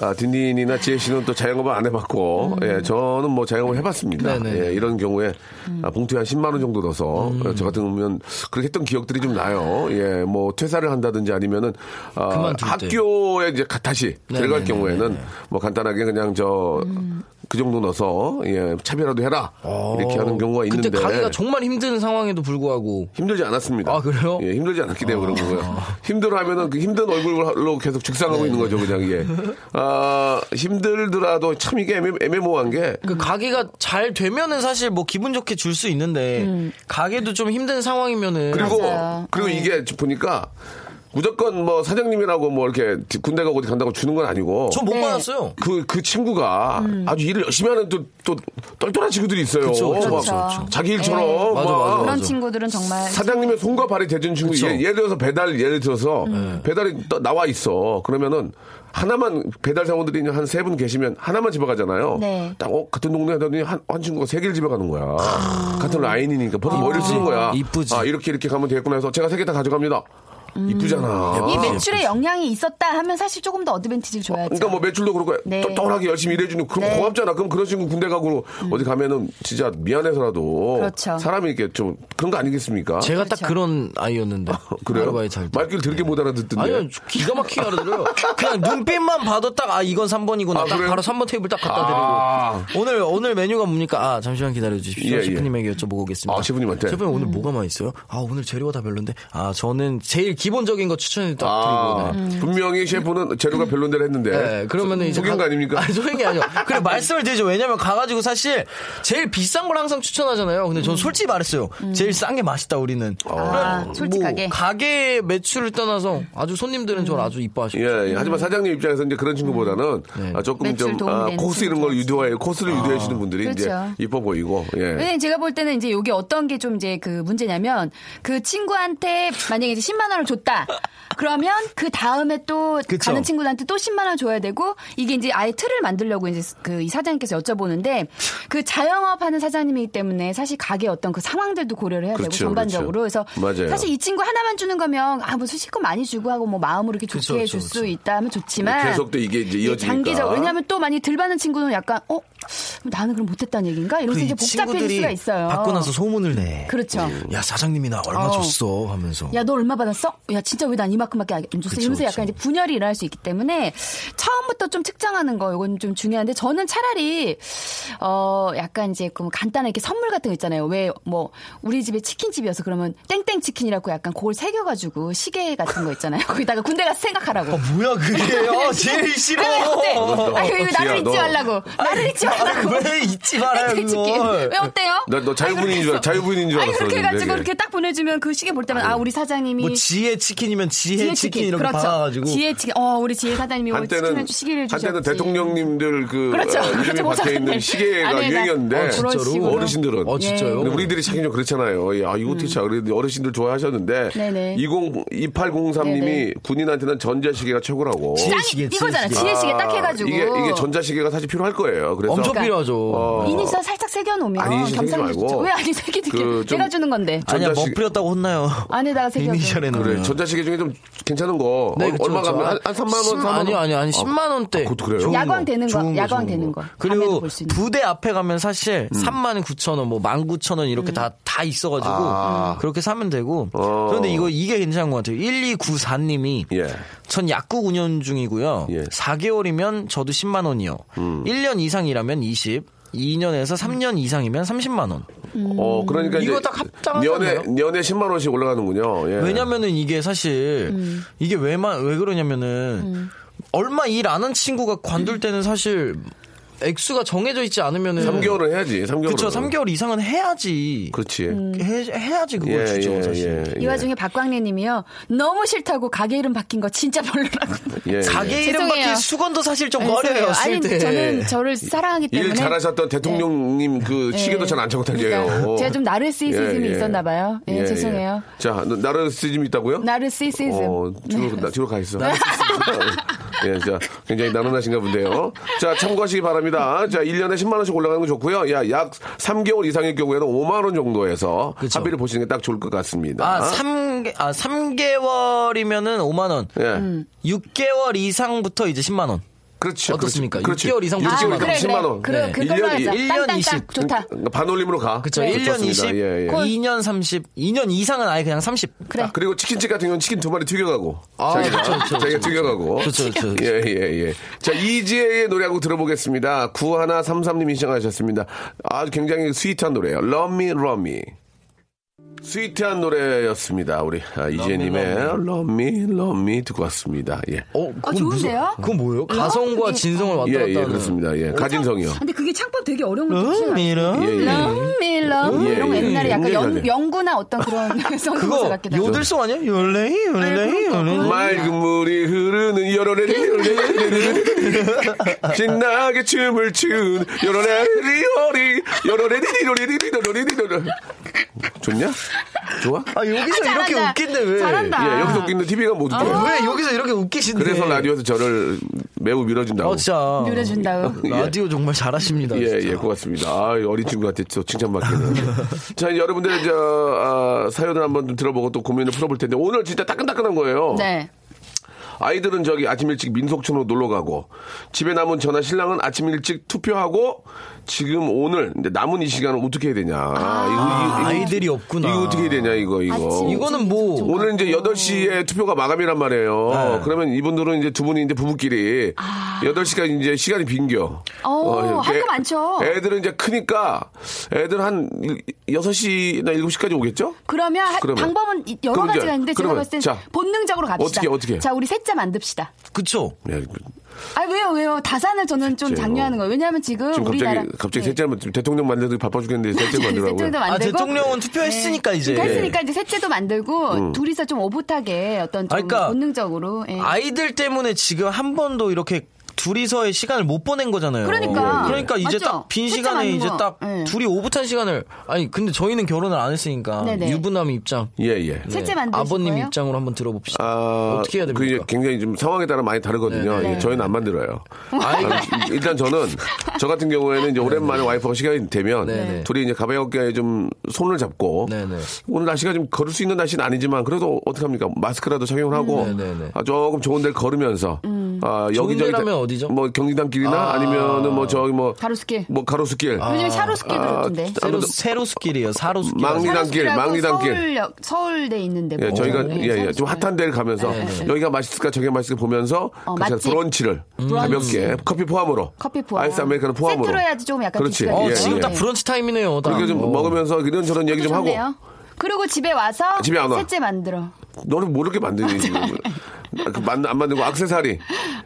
아 딘딘이나 지혜 씨는 또 자영업을 안 해봤고 예 저는 뭐 자영업을 해봤습니다.
음. 네네. 음.
예 이런 경우에 아, 봉투에 한 10만 원 정도 넣어서 어, 저 같은 경우면 그렇게 했던 기억들이 좀 나요. 예뭐 퇴사를 한다든지 아니면은 아,
그만둘 때.
학교에 이제 가- 다시 들어갈
네네네네. 음.
경우에는 뭐 간단하게 그냥 저 그 정도 넣어서 예 차비라도 해라 어, 이렇게 하는 경우가 있는데
그때 어. 가게가 정말 힘든 상황에도 불구하고
힘들지 않았습니다.
아, 그래요? 아.
예, 힘들지 않았기 때문에 그런 거고요. 힘들어하면은 그 힘든 얼굴로 계속 죽상하고 있는 거죠, 그냥 이게. 아, 힘들더라도 참 이게 애매, 애매모호한 게.
그 가게가 잘 되면은 사실 뭐 기분 좋게 줄 수 있는데
음.
가게도 좀 힘든 상황이면은
그리고
맞아요. 네.
그리고 이게 보니까 무조건 뭐 사장님이라고 뭐 이렇게 군대 가고 어디 간다고 주는 건 아니고.
저 못
네.
받았어요.
그, 그 친구가
음.
아주 일을 열심히 하는 또, 또 똘똘한 친구들이 있어요.
그쵸, 그쵸,
막
그쵸.
자기 일처럼.
네.
맞아,
막
맞아.
그런 친구들은 정말
사장님의 손과 발이 대준 친구
그쵸. 음.
예, 예를 들어서 배달 예를 들어서 배달이 떠- 나와 있어 그러면은 하나만 배달 사원들이 한 세 분 계시면 하나만 집어가잖아요.
네.
딱 어, 같은 동네 하더니 한, 한 친구가 세 개를 집어가는 거야.
아.
같은 라인이니까 벌써 머리를 쓰는 거야.
이쁘지.
아 이렇게 이렇게 가면 되겠구나 해서 제가 세 개 다 가져갑니다. 이쁘잖아.
이 음. 예, 매출에 영향이 있었다 하면 사실 조금 더 어드밴티지를 줘야죠.
그러니까 뭐 매출도 그렇고
네.
똘똘하게 열심히 일해주는 그럼
네. 음.
고맙잖아. 그럼 그런 친구 군대 가고 어디 가면은 진짜 미안해서라도
그렇죠.
사람이 이렇게 좀 그런 거 아니겠습니까?
제가
그렇죠.
딱 그런 아이였는데
그래요?
아르바이트 할 때.
말귀를 들게 못 알아듣던데.
아니요 기가 막히게 알아들어요. 그냥 눈빛만 봐도 딱 아 이건 3번이구나.
아,
딱
그래요?
바로 3번 테이블 딱 갖다 드리고
아.
오늘 오늘 메뉴가 뭡니까? 아 잠시만 기다려 주십시오.
예, 예.
셰프님에게 여쭤보고 오겠습니다.
아, 셰프님한테?
셰프님
음.
오늘 뭐가 맛있어요? 아 오늘 재료가 다 별론데. 아 저는 제일 기본적인 거 추천해 딱
아,
드리고. 네.
분명히 셰프는 재료가 별론 데를 했는데.
네, 그러면은 이제
속인
가-
거 아닙니까?
아니, 속인 게 아니요. 그래 말씀을 드리죠. 왜냐면 가가지고 사실 제일 비싼 걸 항상 추천하잖아요. 근데 전 솔직히 말했어요. 제일 싼 게 맛있다 우리는.
아, 솔직하게.
뭐 가게 매출을 떠나서 아주 손님들은 저를 아주 이뻐하시고.
예, 예. 하지만 사장님 입장에서 이제 그런 친구보다는
네.
아, 조금
매출
좀
도움
아,
되는
코스 이런 걸 유도해 코스를
아.
유도해 주는 분들이
그렇죠.
이제 이뻐 보이고 예.
왜냐면 제가 볼 때는 이제 이게 어떤 게 좀 이제 그 문제냐면 그 친구한테 만약에 이제 10만 원을
줬다. 그러면 그 다음에 또
그쵸.
가는 친구들한테 또 10만 원 줘야 되고 이게 이제 아예 틀을 만들려고 이제 그 이 사장님께서 여쭤보는데 그 자영업 하는 사장님이기 때문에 사실 가게 어떤 그 상황들도 고려를 해야 되고
그렇죠,
전반적으로
그렇죠.
그래서
맞아요.
사실 이 친구 하나만 주는 거면 아뭐 수시껏 많이 주고 하고 뭐 마음으로 이렇게
그쵸,
좋게
그쵸,
줄 수
그쵸.
있다면 좋지만
네, 계속 또 이게 이제
이게
이어지니까.
장기적 왜냐하면 또 많이 들받는 친구는 약간 어 그럼 나는 그럼 못했다는 얘기인가 이러면서 이제
그러니까 이
복잡해질 수가 있어요.
그 받고 나서 소문을 내.
그렇죠.
야 사장님이 나 얼마
어.
줬어 하면서.
야, 너 얼마 받았어? 야, 진짜 왜 난 이만큼밖에 안 줬어?
그쵸,
이러면서
그쵸.
약간 이제 분열이 일어날 수 있기 때문에 처음부터 좀 측정하는 거, 이건 좀 중요한데 저는 차라리, 어, 약간 이제 그 간단하게 선물 같은 거 있잖아요. 왜, 뭐, 우리 집에 치킨집이어서 그러면 땡땡치킨이라고 약간 그걸 새겨가지고 시계 같은 거 있잖아요. 거기다가 군대 가서 생각하라고.
뭐야 그게요? 제일 싫어.
아니, 근데, 아유, 이거
어, 지혜야,
나를 잊지
너.
말라고. 나를 잊지 말라고.
왜 잊지 말아요
치킨.
그걸.
왜 어때요?
나- 너 자유분인 줄 알- 자유분인 줄
아니,
알았어,
그렇게
근데
해가지고
이게.
이렇게 딱 보내주면 그 시계 볼 때면 아 우리 사장님이
뭐 지혜 치킨이면 지혜 치킨 이렇게
그렇죠.
박아가지고.
지혜 치킨. 어 우리 지혜 사장님이 오늘 치킨
한때는
해주 시기를 주셨지.
한때는 대통령님들 그
그렇죠.
어,
그렇죠.
유리미 밖에 있는
모자한테.
시계가
아니, 나-
유행이었는데
어,
진짜로?
그런 식으로. 예.
어르신들은
아 진짜요?
근데 우리들이 자기 좀 그렇잖아요. 야, 이거 어떻게 자. 그래도 어르신들 좋아하셨는데.
음. 네네.
20, 2803님이
네네.
군인한테는 전자시계가 최고라고.
지-
짱이-
지혜 시계,
이거잖아.
지혜
지혜
아,
시계 딱 해가지고.
이게, 이게 전자시계가 사실 필요할 거예요. 그래서.
엄청
그러니까.
필요하죠.
어.
이니셜 살짝 새겨놓으면
아니, 이니셜 새기지
겸상도
말고.
좋죠. 왜 아니 새기지?
그 좀-
내가 주는 건데.
아니야
전자식-
못 뿌렸다고 혼나요.
안에다가 새겨줘.
이니셜에는.
그래. 전자시계 중에 좀 괜찮은 거.
그러니까. 음. 네,
얼-
그쵸,
얼마
그쵸.
가면? 한, 한 3만원,
10만
4만원?
아니, 아니, 아니, 10만원대.
그것도 그래요?
야광 되는 거, 야광 되는 거. 밤에도
그리고
볼수 있는 거.
부대 앞에 가면 사실 3만 9천 원, 뭐 1만 9천 원 이렇게 다, 다 있어가지고 그렇게 사면 되고.
어.
그런데 이거 이게 괜찮은 것 같아요. 1294님이
예.
전 약국 운영 중이고요.
예.
4개월이면 저도 10만 원이요. 1년 이상이라면 20. 2년에서 3년 이상이면 30만 원.
음.
어, 그러니까
이거
이제
딱 합당하지
년에
않나요?
년에 10만 원씩 올라가는군요. 예.
왜냐면은 이게 사실
음.
이게 왜만 왜 그러냐면은 얼마 일 안 한 친구가 관둘 때는 사실 액수가 정해져 있지 않으면은
3개월은 해야지. 3개월.
그쵸 3개월 이상은 해야지
그렇지.
음.
해, 해야지 그걸
그렇죠. 예,
주죠
예,
사실
예,
이
예.
와중에 박광래 님이요. 너무 싫다고 가게 이름 바뀐 거 진짜 별로라고.
예, 예.
가게
죄송해요.
이름 밖에 수건도 사실 좀
아니,
꺼려요 쓸
아니,
때.
예.
저는 저를 사랑하기 때문에. 예.
일 잘하셨던 대통령님 그 시계도 잘 안 차고 다녀요.
그러니까 제가 좀 나르시시즘이
예, 예.
있었나 봐요. 예, 죄송해요.
예. 자, 너- 나르시즘 있다고요?
네. 나르시시즘.
어, 뒤로, 나, 뒤로 가 있어. 예, 자, 굉장히 나른하신가 본데요. 자, 참고하시기 바랍니다. 자, 1년에 10만원씩 올라가는 거 좋고요. 야, 약 3개월 이상의 경우에는 5만원 정도에서
그쵸.
합의를 보시는 게 딱 좋을 것 같습니다.
아, 3, 아, 3개월이면은 5만원.
예.
음.
6개월 이상부터 이제 10만원.
그렇죠.
어떻습니까?
그렇죠.
6개월 이상
그렇죠.
아,
6개월
보시면
이상
그래,
10만
그래.
원. 예.
그래,
일
그걸로
년이-
하자.
일 년
땅땅땅.
이십.
좋다.
그러니까 반올림으로 가.
그쵸.
네,
1년
좋습니다.
20,
예, 예.
2년 30, 2년 이상은 아예 그냥 30.
그래.
아, 그리고 치킨집 같은 경우는 치킨 두 마리 튀겨가고.
아,
자기가,
그쵸, 그쵸,
자기가
그쵸.
튀겨가고.
그렇죠. 그쵸, 그쵸, 그쵸.
예, 예, 예. 자, 이지혜의 노래 한 곡 들어보겠습니다. 9133님이 신청하셨습니다. 아주 굉장히 스위트한 노래예요. Love Me, Love Me. 스위트한 노래였습니다. 우리 아, 이지혜님의 Love Me, Love Me 듣고 왔습니다. 예.
어, 그건
아, 좋은데요? 음,
그건 뭐예요? 가성과 진성을 왔다 갔다
예,
하는.
예, 그렇습니다. 예. 가진성이요.
근데 그게 창법 되게 어려운 것도
음,
있어요.
이런.
예, 예.
럼미 럼
예,
이런 거
예,
옛날에
예.
약간
예, 예.
연, 연구나 어떤 그런 성대모사
그거
같기도 하고. 그러니까,
요들송 아니야? 열레이, 열레이, 열레이.
맑은 물이 흐르는 여러레리로레리로레리 신나게 춤을 추는 여러레리오리 여러레리로레리로레리로레리 좋냐? 좋아?
아, 여기서 이렇게
잘한다.
웃긴데 왜?
잘한다. 아.
예, 여기서 웃기는 TV가 못 웃겨.
왜 여기서 이렇게 웃기신데?
그래서 라디오에서 저를 매우 밀어준다고.
네. 어, 진짜.
노래준 다음.
예.
라디오 정말 잘하십니다.
예,
진짜.
예, 고맙습니다. 아, 어린 친구한테 또 칭찬받기는. 자, 이제 여러분들, 저, 아, 사연을 한번 좀 들어보고 또 고민을 풀어볼 텐데, 오늘 진짜 따끈따끈한 거예요.
네.
아이들은 저기 아침 일찍 민속촌으로 놀러 가고 집에 남은 저나 신랑은 아침 일찍 투표하고 지금 오늘 이제 남은 이 시간을 어떻게 해야 되냐.
아,
이거,
아이들이 없구나.
이거 어떻게 해야 되냐 이거 이거.
아침.
이거는 뭐
오늘 이제 8시에 투표가 마감이란 말이에요.
네.
그러면 이분들은 이제 두 분이 이제 부부끼리 8시까지 이제 시간이 빈겨.
어, 할거 많죠.
애들은 이제 크니까 애들 한 6시나 7시까지 오겠죠?
그러면, 하-
그러면.
방법은 이- 여러
그럼 이제-
가지가 있는데 제가
그러면,
봤을 땐
자.
본능적으로 갑시다.
어떻게, 어떻게?
자, 우리 셋째 만듭시다.
그쵸?
예,
아, 왜요, 왜요? 다산을 저는 좀
셋째요.
장려하는 거예요. 왜냐하면 지금,
지금 갑자기
우리나라. 네.
갑자기 셋째 하면 지금 대통령 만드는 게 바빠 죽겠는데 셋째 만들라고요.
셋째도
아
만들고. 네.
대통령은 투표했으니까 이제
그러니까 했으니까 이제 셋째도 만들고
음.
둘이서 좀 오붓하게 어떤 좀
아, 그러니까
본능적으로 예.
아이들 때문에 지금 한 번도 이렇게 두 둘이서의 시간을 못 보낸 거잖아요.
그러니까.
그러니까 이제
맞죠?
딱 빈
끝장
시간에
아닌
이제
거야.
딱
예.
둘이 오붓한 시간을 아니 근데 저희는 결혼을 안 했으니까
네네.
유부남 입장.
예, 예.
셋째 만드실
아버님
거예요?
입장으로 한번 들어봅시다.
아,
네. 어떻게 해야
그
됩니까? 네,
이제 굉장히 좀 상황에 따라 많이 다르거든요. 예, 저희는 안 만들어요. 아, 일단 저는 저 같은 경우에는 이제 오랜만에 와이프가 시간이 되면
네, 네네.
둘이 이제 가볍게 좀 손을 잡고
네네.
오늘 날씨가 좀 걸을 수 있는 날씨는 아니지만 그래도 어떡합니까? 마스크라도 착용을 하고
음, 네네네.
아, 조금 좋은 데를 걸으면서
음.
아,
좋은
여기저기
데라면
다-
어디죠?
뭐 경리단길이나 아. 니면은뭐 저기 뭐
가로수길.
뭐 가로수길.
아.
요즘에 샤로스키 들었던데.
세로 세로스길이에요. 사로스길.
막내- 아, 망리단길, 망리단길.
서울역, 서울대 있는데.
예,
뭐.
저희가
네,
예, 예,
서울대.
좀 핫한 데를 가면서 여기가 맛있을까 저게 맛있을까 보면서
네. 어,
같이
맛집.
브런치를
브런치.
가볍게 커피 포함으로
커피 포함.
아이스 아메리카노 포함으로
세트로 해야지 좀 약간
그렇지.
비싸게.
어
예,
지금
예.
딱 브런치 타임이네요. 딱.
그렇게 좀
어.
먹으면서 이런저런 얘기 좀 하고 아,
좋네요. 그리고 집에 와서
집에 안 와.
셋째 만들어.
너는 모르게 만드니 지금 그 만- 안 만들고 악세사리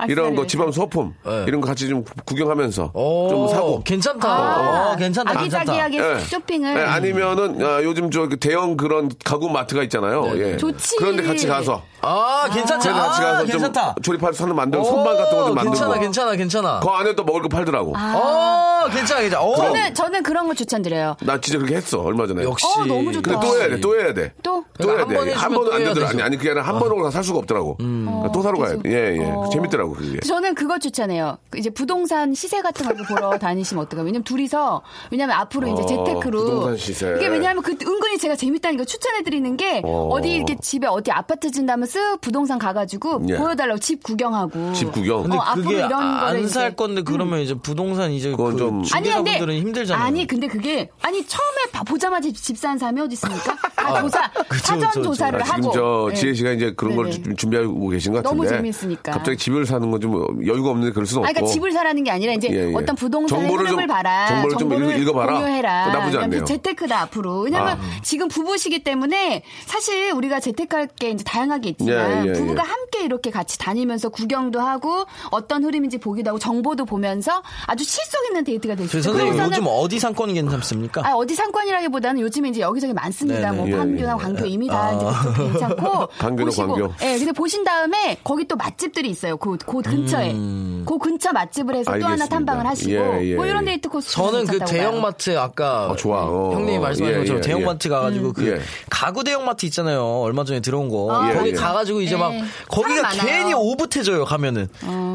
이런 거
악세사리.
집안 소품
예.
이런 거 같이 좀 구경하면서
오,
좀 사고
어, 괜찮다. 어, 괜찮다. 괜찮다.
아. 아기자기하게
예.
쇼핑을.
예, 아니면은 아, 요즘 저그 대형 그런 가구 마트가 있잖아요. 예.
좋지.
그런데 같이 가서
네, 아, 괜찮지.
그런데 같이
아,
가서
괜찮다. 어,
좀 조립해서 하나 만들고 선반 같은 거 좀 만들고
괜찮아, 괜찮아, 괜찮아.
그 안에 또 먹을 거 팔더라고.
아.
어, 괜찮아, 괜찮아. 어,
저는, 저는 그런 거 추천드려요.
나 진짜 그렇게 했어 얼마 전에.
역시.
어, 너무 좋다.
근데 또 해야 돼, 또 해야 돼.
또?
또 해야
한
돼.
번
한
해주면
번은
또
안
해야
되더라.
되죠. 어. 음.
아니, 아니, 그게 아니라 한 번으로 살 수가 없더라고. 그러니까 또 사러 가야 돼. 예, 예.
어.
재밌더라고, 그게.
저는 그거 추천해요. 그 이제 부동산 시세 같은 거 보러 다니시면 어떨까? 왜냐면 둘이서 왜냐면 앞으로 이제
어,
재테크로
부동산 시세.
이게 왜냐면 그 은근히 제가 재밌다니까 추천해 드리는 게
어.
어. 디 이렇게 집에 어디 아파트 진다면 쓱 부동산 가 가지고
예.
보여 달라고 집 구경하고
집 구경.
근데
어, 앞으로
그게
이런
안
거를
살
이제- 음.
건데 그러면 이제 부동산 이제
그건
그
좀-
아니 근데
중개사분들은 힘들잖아요.
아니 근데 그게 아니 처음에 봐- 보자마자 집산 사람이 어디 있습니까? 다 조사
그쵸,
사전
그쵸.
조사를
아, 지금
하고
저
예.
지혜 씨가 이제 그런 걸
네네.
좀 준비하고 계신 것 같은데.
너무 재밌으니까.
갑자기 집을 사는 건 좀 여유가 없는데 그럴 수는
아,
없고.
그러니까 집을 사라는 게 아니라 이제
예, 예.
어떤 부동산의
정보를
흐름을
좀-
봐라.
정보를 좀 읽- 읽어봐라.
공유해라.
나쁘지
그다음에
않네요. 아.
재테크다 앞으로. 왜냐면 지금 부부시기 때문에 사실 우리가 재테크할 게 이제 다양하게 있지만
예, 예,
부부가
예.
함께 이렇게 같이 다니면서 구경도 하고 어떤 흐름인지 보기도 하고 정보도 보면서 아주 실속 있는 데이트가 될 수
저희
있어요.
선생님
부동산은
요즘 어디 상권이 괜찮습니까?
아, 어디 상권이라기보다는 요즘에 이제 여기저기 많습니다.
네네.
뭐
예,
판교나
예.
광교 이미 다 이제 그쪽도 괜찮고
광교는 광교.
예, 근데 보신 다음에 거기 또 맛집들이 있어요. 그, 그 근처에.
음.
그 근처 맛집을 해서 또
알겠습니다.
하나 탐방을 하시고
예, 예,
뭐 이런
예.
데이트 코스
저는 그
괜찮다고 봐요.
대형마트 아까
어, 좋아. 어,
형님이
어,
말씀하신
예,
것처럼
예,
대형마트 가가지고 그
예.
가구 대형마트 있잖아요 얼마 전에 들어온 거
예,
거기
예.
가가지고 이제
예.
막 거기가
사람 많아요.
괜히 오붓해져요 가면은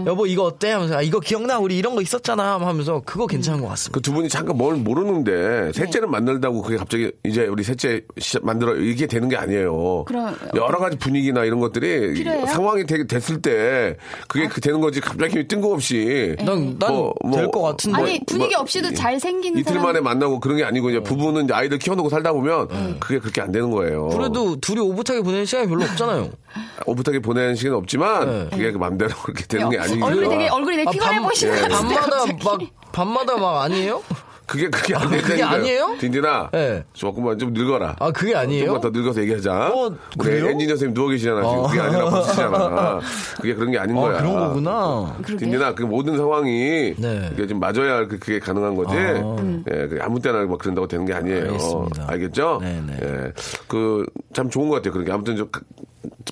여보 이거 어때 하면서 아, 이거 기억나 우리 이런 거 있었잖아 하면서 그거 괜찮은 것 같습니다.
그 두 분이 잠깐 뭘 모르는데
네.
셋째를 만들다고 그게 갑자기 이제 우리 셋째 시- 만들어 이게 되는 게 아니에요.
그럼-
여러 가지 분위기나 이런 것들이
필요해요? 아.
상황이 되게 됐을 때 그게 그 되는 거지 갑자기 뜬금없이
예.
난- 난될
뭐,
것 같은데.
그- 네. 아니, 분위기 없이도 잘 생기는
이틀
사람-
만에 만나고 그런 게 아니고
네.
이제 부부는 이제 아이들 키워놓고 살다 보면 그게 그렇게 안 되는 거예요.
그래도 둘이 오붓하게 보내는 시간이 별로 없잖아요.
오붓하게 보낸 시간 없지만
네.
그게 그 맘대로 그렇게 되는 게 아니고
얼굴이 되게 얼굴이 되게
아,
피곤해
밤-
보이시는 것 같은데.
밤마다
갑자기.
막 밤마다 막 아니에요?
그게 그게 안
그게
된다니까요.
아니에요?
딘딘아,
네.
조금만 좀 늙어라.
아 그게 아니에요?
조금만 더 늙어서 얘기하자.
어,
우리
그래요?
엔지니어 선생님 누워 계시잖아. 지금 그게 아니라 버스잖아. 그게 그런 게 아닌
아,
거야.
그런 거구나.
딘딘아, 그 모든 상황이
네. 아.
그게 좀 맞아야 그- 그게 가능한 거지. 예, 그게 아무 때나 막 그런다고 되는 게 아니에요.
알겠습니다.
알겠죠?
네, 네.
예, 그참 좋은 것 같아요. 그러니까 아무튼 좀 가-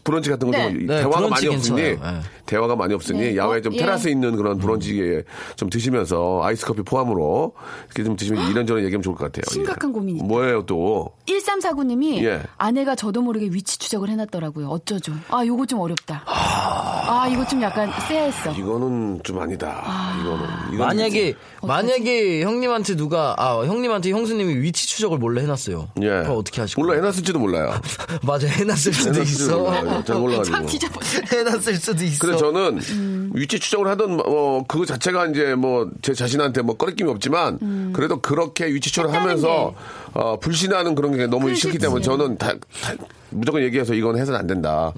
브런치 같은 거
네.
좀
네,
대화가 많이
브런치
없으니
괜찮아요. 네.
대화가 많이 없으니
네.
야외
어,
좀
예.
테라스 있는 그런 브런치에 좀 드시면서 아이스 커피 포함으로 이렇게 좀 드시면 이런저런 얘기하면 좋을 것 같아요. 예.
심각한 고민이다.
뭐예요 또?
1349님이
예.
아내가 저도 모르게 위치 추적을 해놨더라고요. 어쩌죠? 아, 요거 좀 어렵다. 아, 이거 좀 약간 쎄했어.
이거는 좀 아니다. 이거는. 이거는
만약에 만약에 형님한테 누가 아 형님한테 형수님이 위치 추적을 몰래 해놨어요.
좀- 예.
그럼 어떻게 하실
몰라
거예요?
해놨을지도 몰라요.
맞아 해놨을 수도
해놨을지도
있어.
몰라요. 잘
참 뭐-
몰라가지고.
뒤져보세요.
해놨을 수도 있어.
근데 저는
음.
위치 추적을 하던 어 그거 자체가 이제 뭐 제 자신한테 뭐 꺼리낌이 없지만
음.
그래도 그렇게 위치 추적을 하면서
아,
어 불신하는 그런 게 너무 싫기 때문에 저는 다, 다 무조건 얘기해서 이건 해서는 안 된다.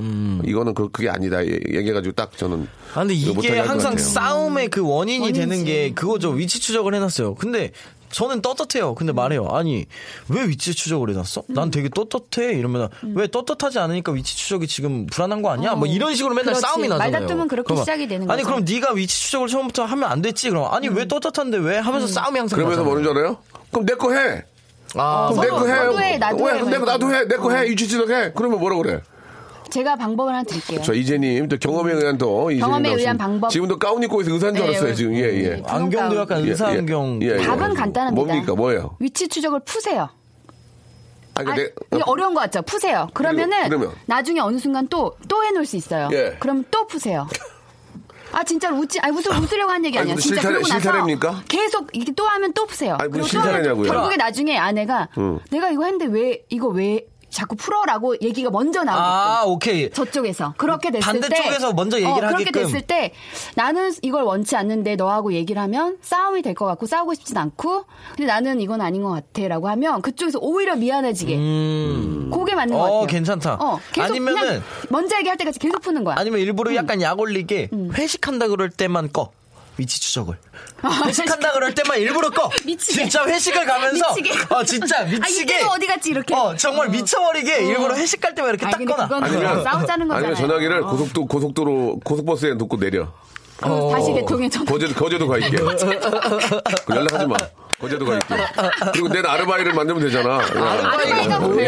이거는 그, 그게 아니다. 얘- 얘기해가지고 딱 저는
음. 아, 근데
이거 못하게
이게
할것
항상
같아요.
싸움의 그 원인이 되는 게 그거죠. 위치 추적을 해놨어요. 근데 저는 떳떳해요. 근데 말해요. 아니, 왜 위치 추적을 해놨어?
음.
난 되게 떳떳해. 이러면 왜 떳떳하지 않으니까 위치 추적이 지금 불안한 거 아니야? 뭐 이런 식으로 맨날
어. 그렇지.
싸움이 나잖아요.
말다툼은 그렇게
그러면,
시작이 되는
아니,
거죠. 음.
그럼 네가 위치 추적을 처음부터 하면 안 됐지. 그럼 아니, 왜 떳떳한데 왜? 하면서 싸움이 항상
그러면서
나잖아요.
뭐는 줄 알아요? 그럼 내 거 해.
아,
그럼 내 거 해.
나도 해, 나도
왜?
해. 어.
그럼 내 거 나도 해. 내 거 해. 위치 추적해. 그러면 뭐라 그래?
제가 방법을 하나 드릴게요.
자, 이재님, 또 경험에 의한 또. 이재님
경험에
나오신-
의한 방법.
지금도 가운 입고 있어 의사인 줄
네,
알았어요,
왜-
지금. 예, 예.
분홍
아, 안경도
가운.
약간
예,
의사
예.
안경.
예, 예.
답은 간단합니다.
뭡니까? 뭐예요?
위치 추적을 푸세요.
아,
아,
니 내,
이게 어려운 것 같죠? 푸세요. 그러면은
그리고- 그러면?
나중에 어느 순간 또 또 해놓을 수 있어요.
예.
그럼 또 푸세요. 아 진짜 웃지 아니 웃으, 웃으려고 한 얘기
아니,
아니야
근데
진짜
실타래-
그러고 나서
실타래입니까?
계속 이게 또 하면 또 푸세요
아니, 무슨
그리고 또 하면
실타래냐고요?
결국에 나중에 아내가 내가 이거 했는데 왜 이거 왜 자꾸 풀어라고 얘기가 먼저 나오겠
아, 오케이.
저쪽에서 그렇게 됐을 때
반대쪽에서 먼저 얘기를
어, 그렇게
하게끔.
됐을 때 나는 이걸 원치 않는데 너하고 얘기를 하면 싸움이 될 것 같고 싸우고 싶진 않고 근데 나는 이건 아닌 것 같아라고 하면 그쪽에서 오히려 미안해지게 그게 맞는 것
어,
같아요.
괜찮다.
어, 계속
아니면은-
그냥 먼저 얘기할 때까지 계속 푸는 거야.
아니면 일부러 약간 약 올리게
음.
회식한다 그럴 때만 꺼. 위치 추적을.
어,
회식한다 그럴 때만 일부러 꺼.
미치게.
진짜 회식을 가면서.
미치게.
어, 진짜 미치게.
아, 이때는 어디 갔지? 이렇게.
어, 정말
어.
미쳐버리게 일부러 회식 갈 때만 이렇게
아니,
딱
근데
꺼놔.
그건
아니면,
싸우자는 거잖아요. 어.
아니면 전화기를 고속도, 고속도로, 고속버스에 놓고 내려.
그럼 어,
어,
다시 대통령 전
거제, 거제도 가 있게. 그 연락하지 마. 거제도 가 있게. 그리고 내 아르바이를 만들면 되잖아.
아르바이가 뭐예요?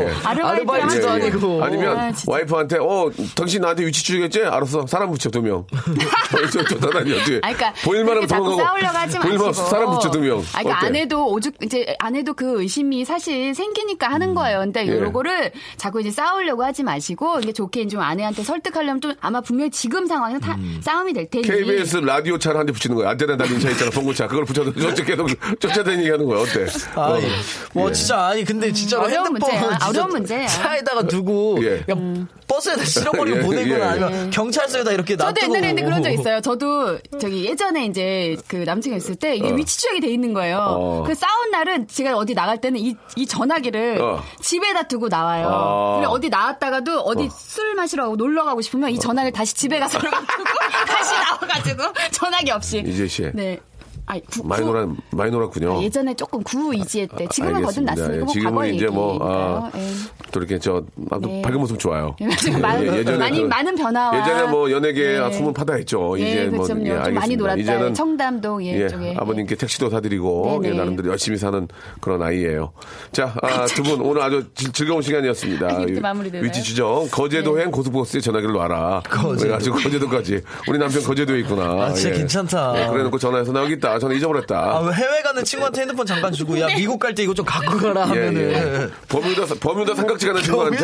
예, 예, 예.
아르바이트
아르바이트도
하지.
아니고.
아니면
아, 진짜.
와이프한테 어 당신 나한테 위치 추리겠지? 알았어 사람 붙여 두 명. 저, 저, 저, 다니 어떻게?
아니, 그러니까
보일만하면
그렇게 자꾸
도망가고.
싸우려고 하지 마시고
보일만 사람 붙여 두 명.
아니, 그러니까
어때?
아내도 오죽 이제 아내도 그 의심이 사실 생기니까 하는 거예요. 근데
예.
요거를 자꾸 이제 싸우려고 하지 마시고 이게 좋게 좀 아내한테 설득하려면 좀 아마 분명히 지금 상황에서 다 싸움이 될 테니.
음. KBS 라디오 차를 한 대 붙이는 거야. 안테나 달린 차 있잖아, 봉고차. 그걸 붙여서 저쪽 계속 쫓아다니게 하는 거야. 어때?
아,
어.
예. 와 진짜 아니 근데 진짜
어려운
핸드폰
문제야.
진짜
어려운 문제야.
차에다가 두고
예.
그냥 버스에다 실어버리고
예,
보내거나
예.
아니면 경찰서에다 이렇게 놔두고
저도 옛날에 근데 그런 적 있어요. 저도 저기 예전에 이제 그 남친이 있을 때 이게 위치 추적이 돼 있는 거예요.
어.
그 싸운 날은 제가 어디 나갈 때는 이, 이 전화기를
어.
집에다 두고 나와요.
아.
근데 어디 나왔다가도 어디 술 마시러 가고 놀러 가고 싶으면
어.
이 전화기를 다시 집에 가서 두고 다시 나와가지고 전화기 없이.
이재 씨.
네. 아이, 구,
많이
구-
놀아, 많이 놀았군요.
예전에 조금 구이지했대. 지금은
아, 알겠습니다.
거듭났으니까
예,
뭐 과거
지금은 이제 뭐, 아,
얘기니까요. 예.
또 이렇게 저, 아, 또
네.
밝은 모습 좋아요. 예, 그
지금 많은- 많이- 많은 변화와-
예전에 뭐 연예계
네.
소문 파다했죠.
예,
이제 뭐,
그렇죠.
예,
좀 많이
알겠습니다.
놀았다. 청담동, 예,
예,
쪽에.
아버님께 택시도 사드리고,
네네.
예, 나름대로 열심히 사는 그런 아이예요. 자, 아, 두 분 오늘 아주 즐- 즐거운 시간이었습니다.
아, 이렇게 마무리되나요? 네.
위치 추정. 거제도행 고속버스에 전화기를 놔라.
거제도.
우리가 아주 거제도까지. 우리 남편 거제도에 있구나.
아, 진짜 괜찮다.
예, 그래 놓고 전화해서 나 여기 있다. 전화 잊어버렸다.
아, 왜 해외 가는 친구한테 핸드폰 잠깐 주고
네.
야 미국 갈 때 이거 좀 갖고 가라
예,
하면은 예,
버뮤다 버뮤다 삼각지 가는 친구한테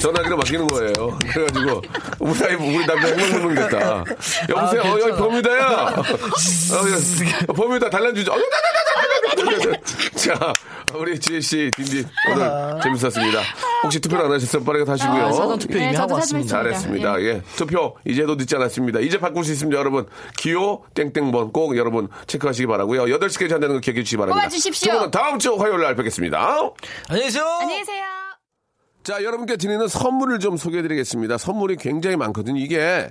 전화기를 맡기는 거예요. 그래가지고 우리 아이 우리 남자 행복문이겠다. 여보세요,
아,
어, 여기
괜찮아.
버뮤다야. 어, 여- 버뮤다 달란주죠. 어, 달란주죠. 네, 자, 우리 지혜 씨, 딘딘 오늘 재밌었습니다. 혹시 투표를 안 하셨으면 빠르게 하시고요. 예.
아, 사전 투표
네,
이미
저도
하고
사전
왔습니다. 네.
했습니다.
잘했습니다. 예. 투표 이제도 늦지 않았습니다. 이제 바꿀 수 있습니다, 여러분. 기호 땡땡번 꼭 여러분 체크하시기 바라고요. 8시까지 한다는 거 기억해 주시기 바랍니다.
뽑아주십시오.
저는 다음 주 화요일 날 뵙겠습니다.
안녕히 계세요.
안녕히 계세요.
자, 여러분께 드리는 선물을 좀 소개해 드리겠습니다. 선물이 굉장히 많거든요. 이게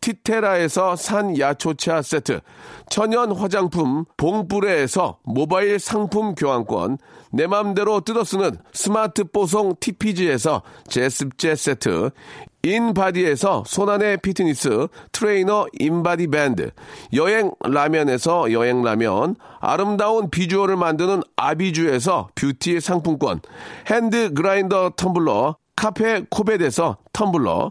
티테라에서 산 야초차 세트, 천연 화장품 봉뿌레에서 모바일 상품 교환권, 내 맘대로 뜯어쓰는 스마트 뽀송 TPG에서 제습제 세트, 인바디에서 손안의 피트니스 트레이너 인바디 밴드 여행 라면에서 여행 라면 아름다운 비주얼을 만드는 아비주에서 뷰티 상품권 핸드 그라인더 텀블러 카페 코벳에서 텀블러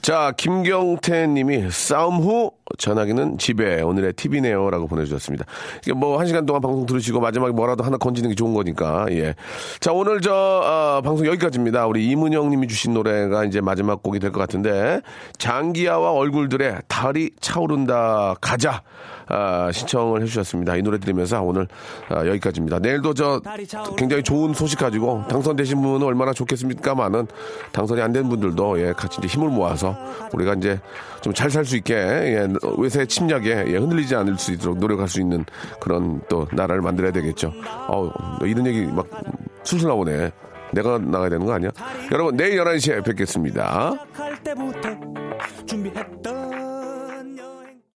자, 김경태 님이 싸움 후 전화기는 집에 오늘의 팁이네요. 라고 보내주셨습니다. 이게 뭐, 한 시간 동안 방송 들으시고 마지막에 뭐라도 하나 건지는 게 좋은 거니까, 예. 자, 오늘 저, 어, 방송 여기까지입니다. 우리 이문영 님이 주신 노래가 이제 마지막 곡이 될 것 같은데, 장기야와 얼굴들의 달이 차오른다, 가자. 아, 신청을 해주셨습니다. 이 노래 들으면서 오늘 아, 여기까지입니다. 내일도 저 굉장히 좋은 소식 가지고 당선되신 분은 얼마나 좋겠습니까만은 당선이 안 된 분들도 예, 같이 이제 힘을 모아서 우리가 이제 좀 잘 살 수 있게 예, 외세 침략에 예, 흔들리지 않을 수 있도록 노력할 수 있는 그런 또 나라를 만들어야 되겠죠. 어우, 너 이런 얘기 막 술술 나오네. 내가 나가야 되는 거 아니야? 여러분, 내일 11시에 뵙겠습니다.
시작할 때부터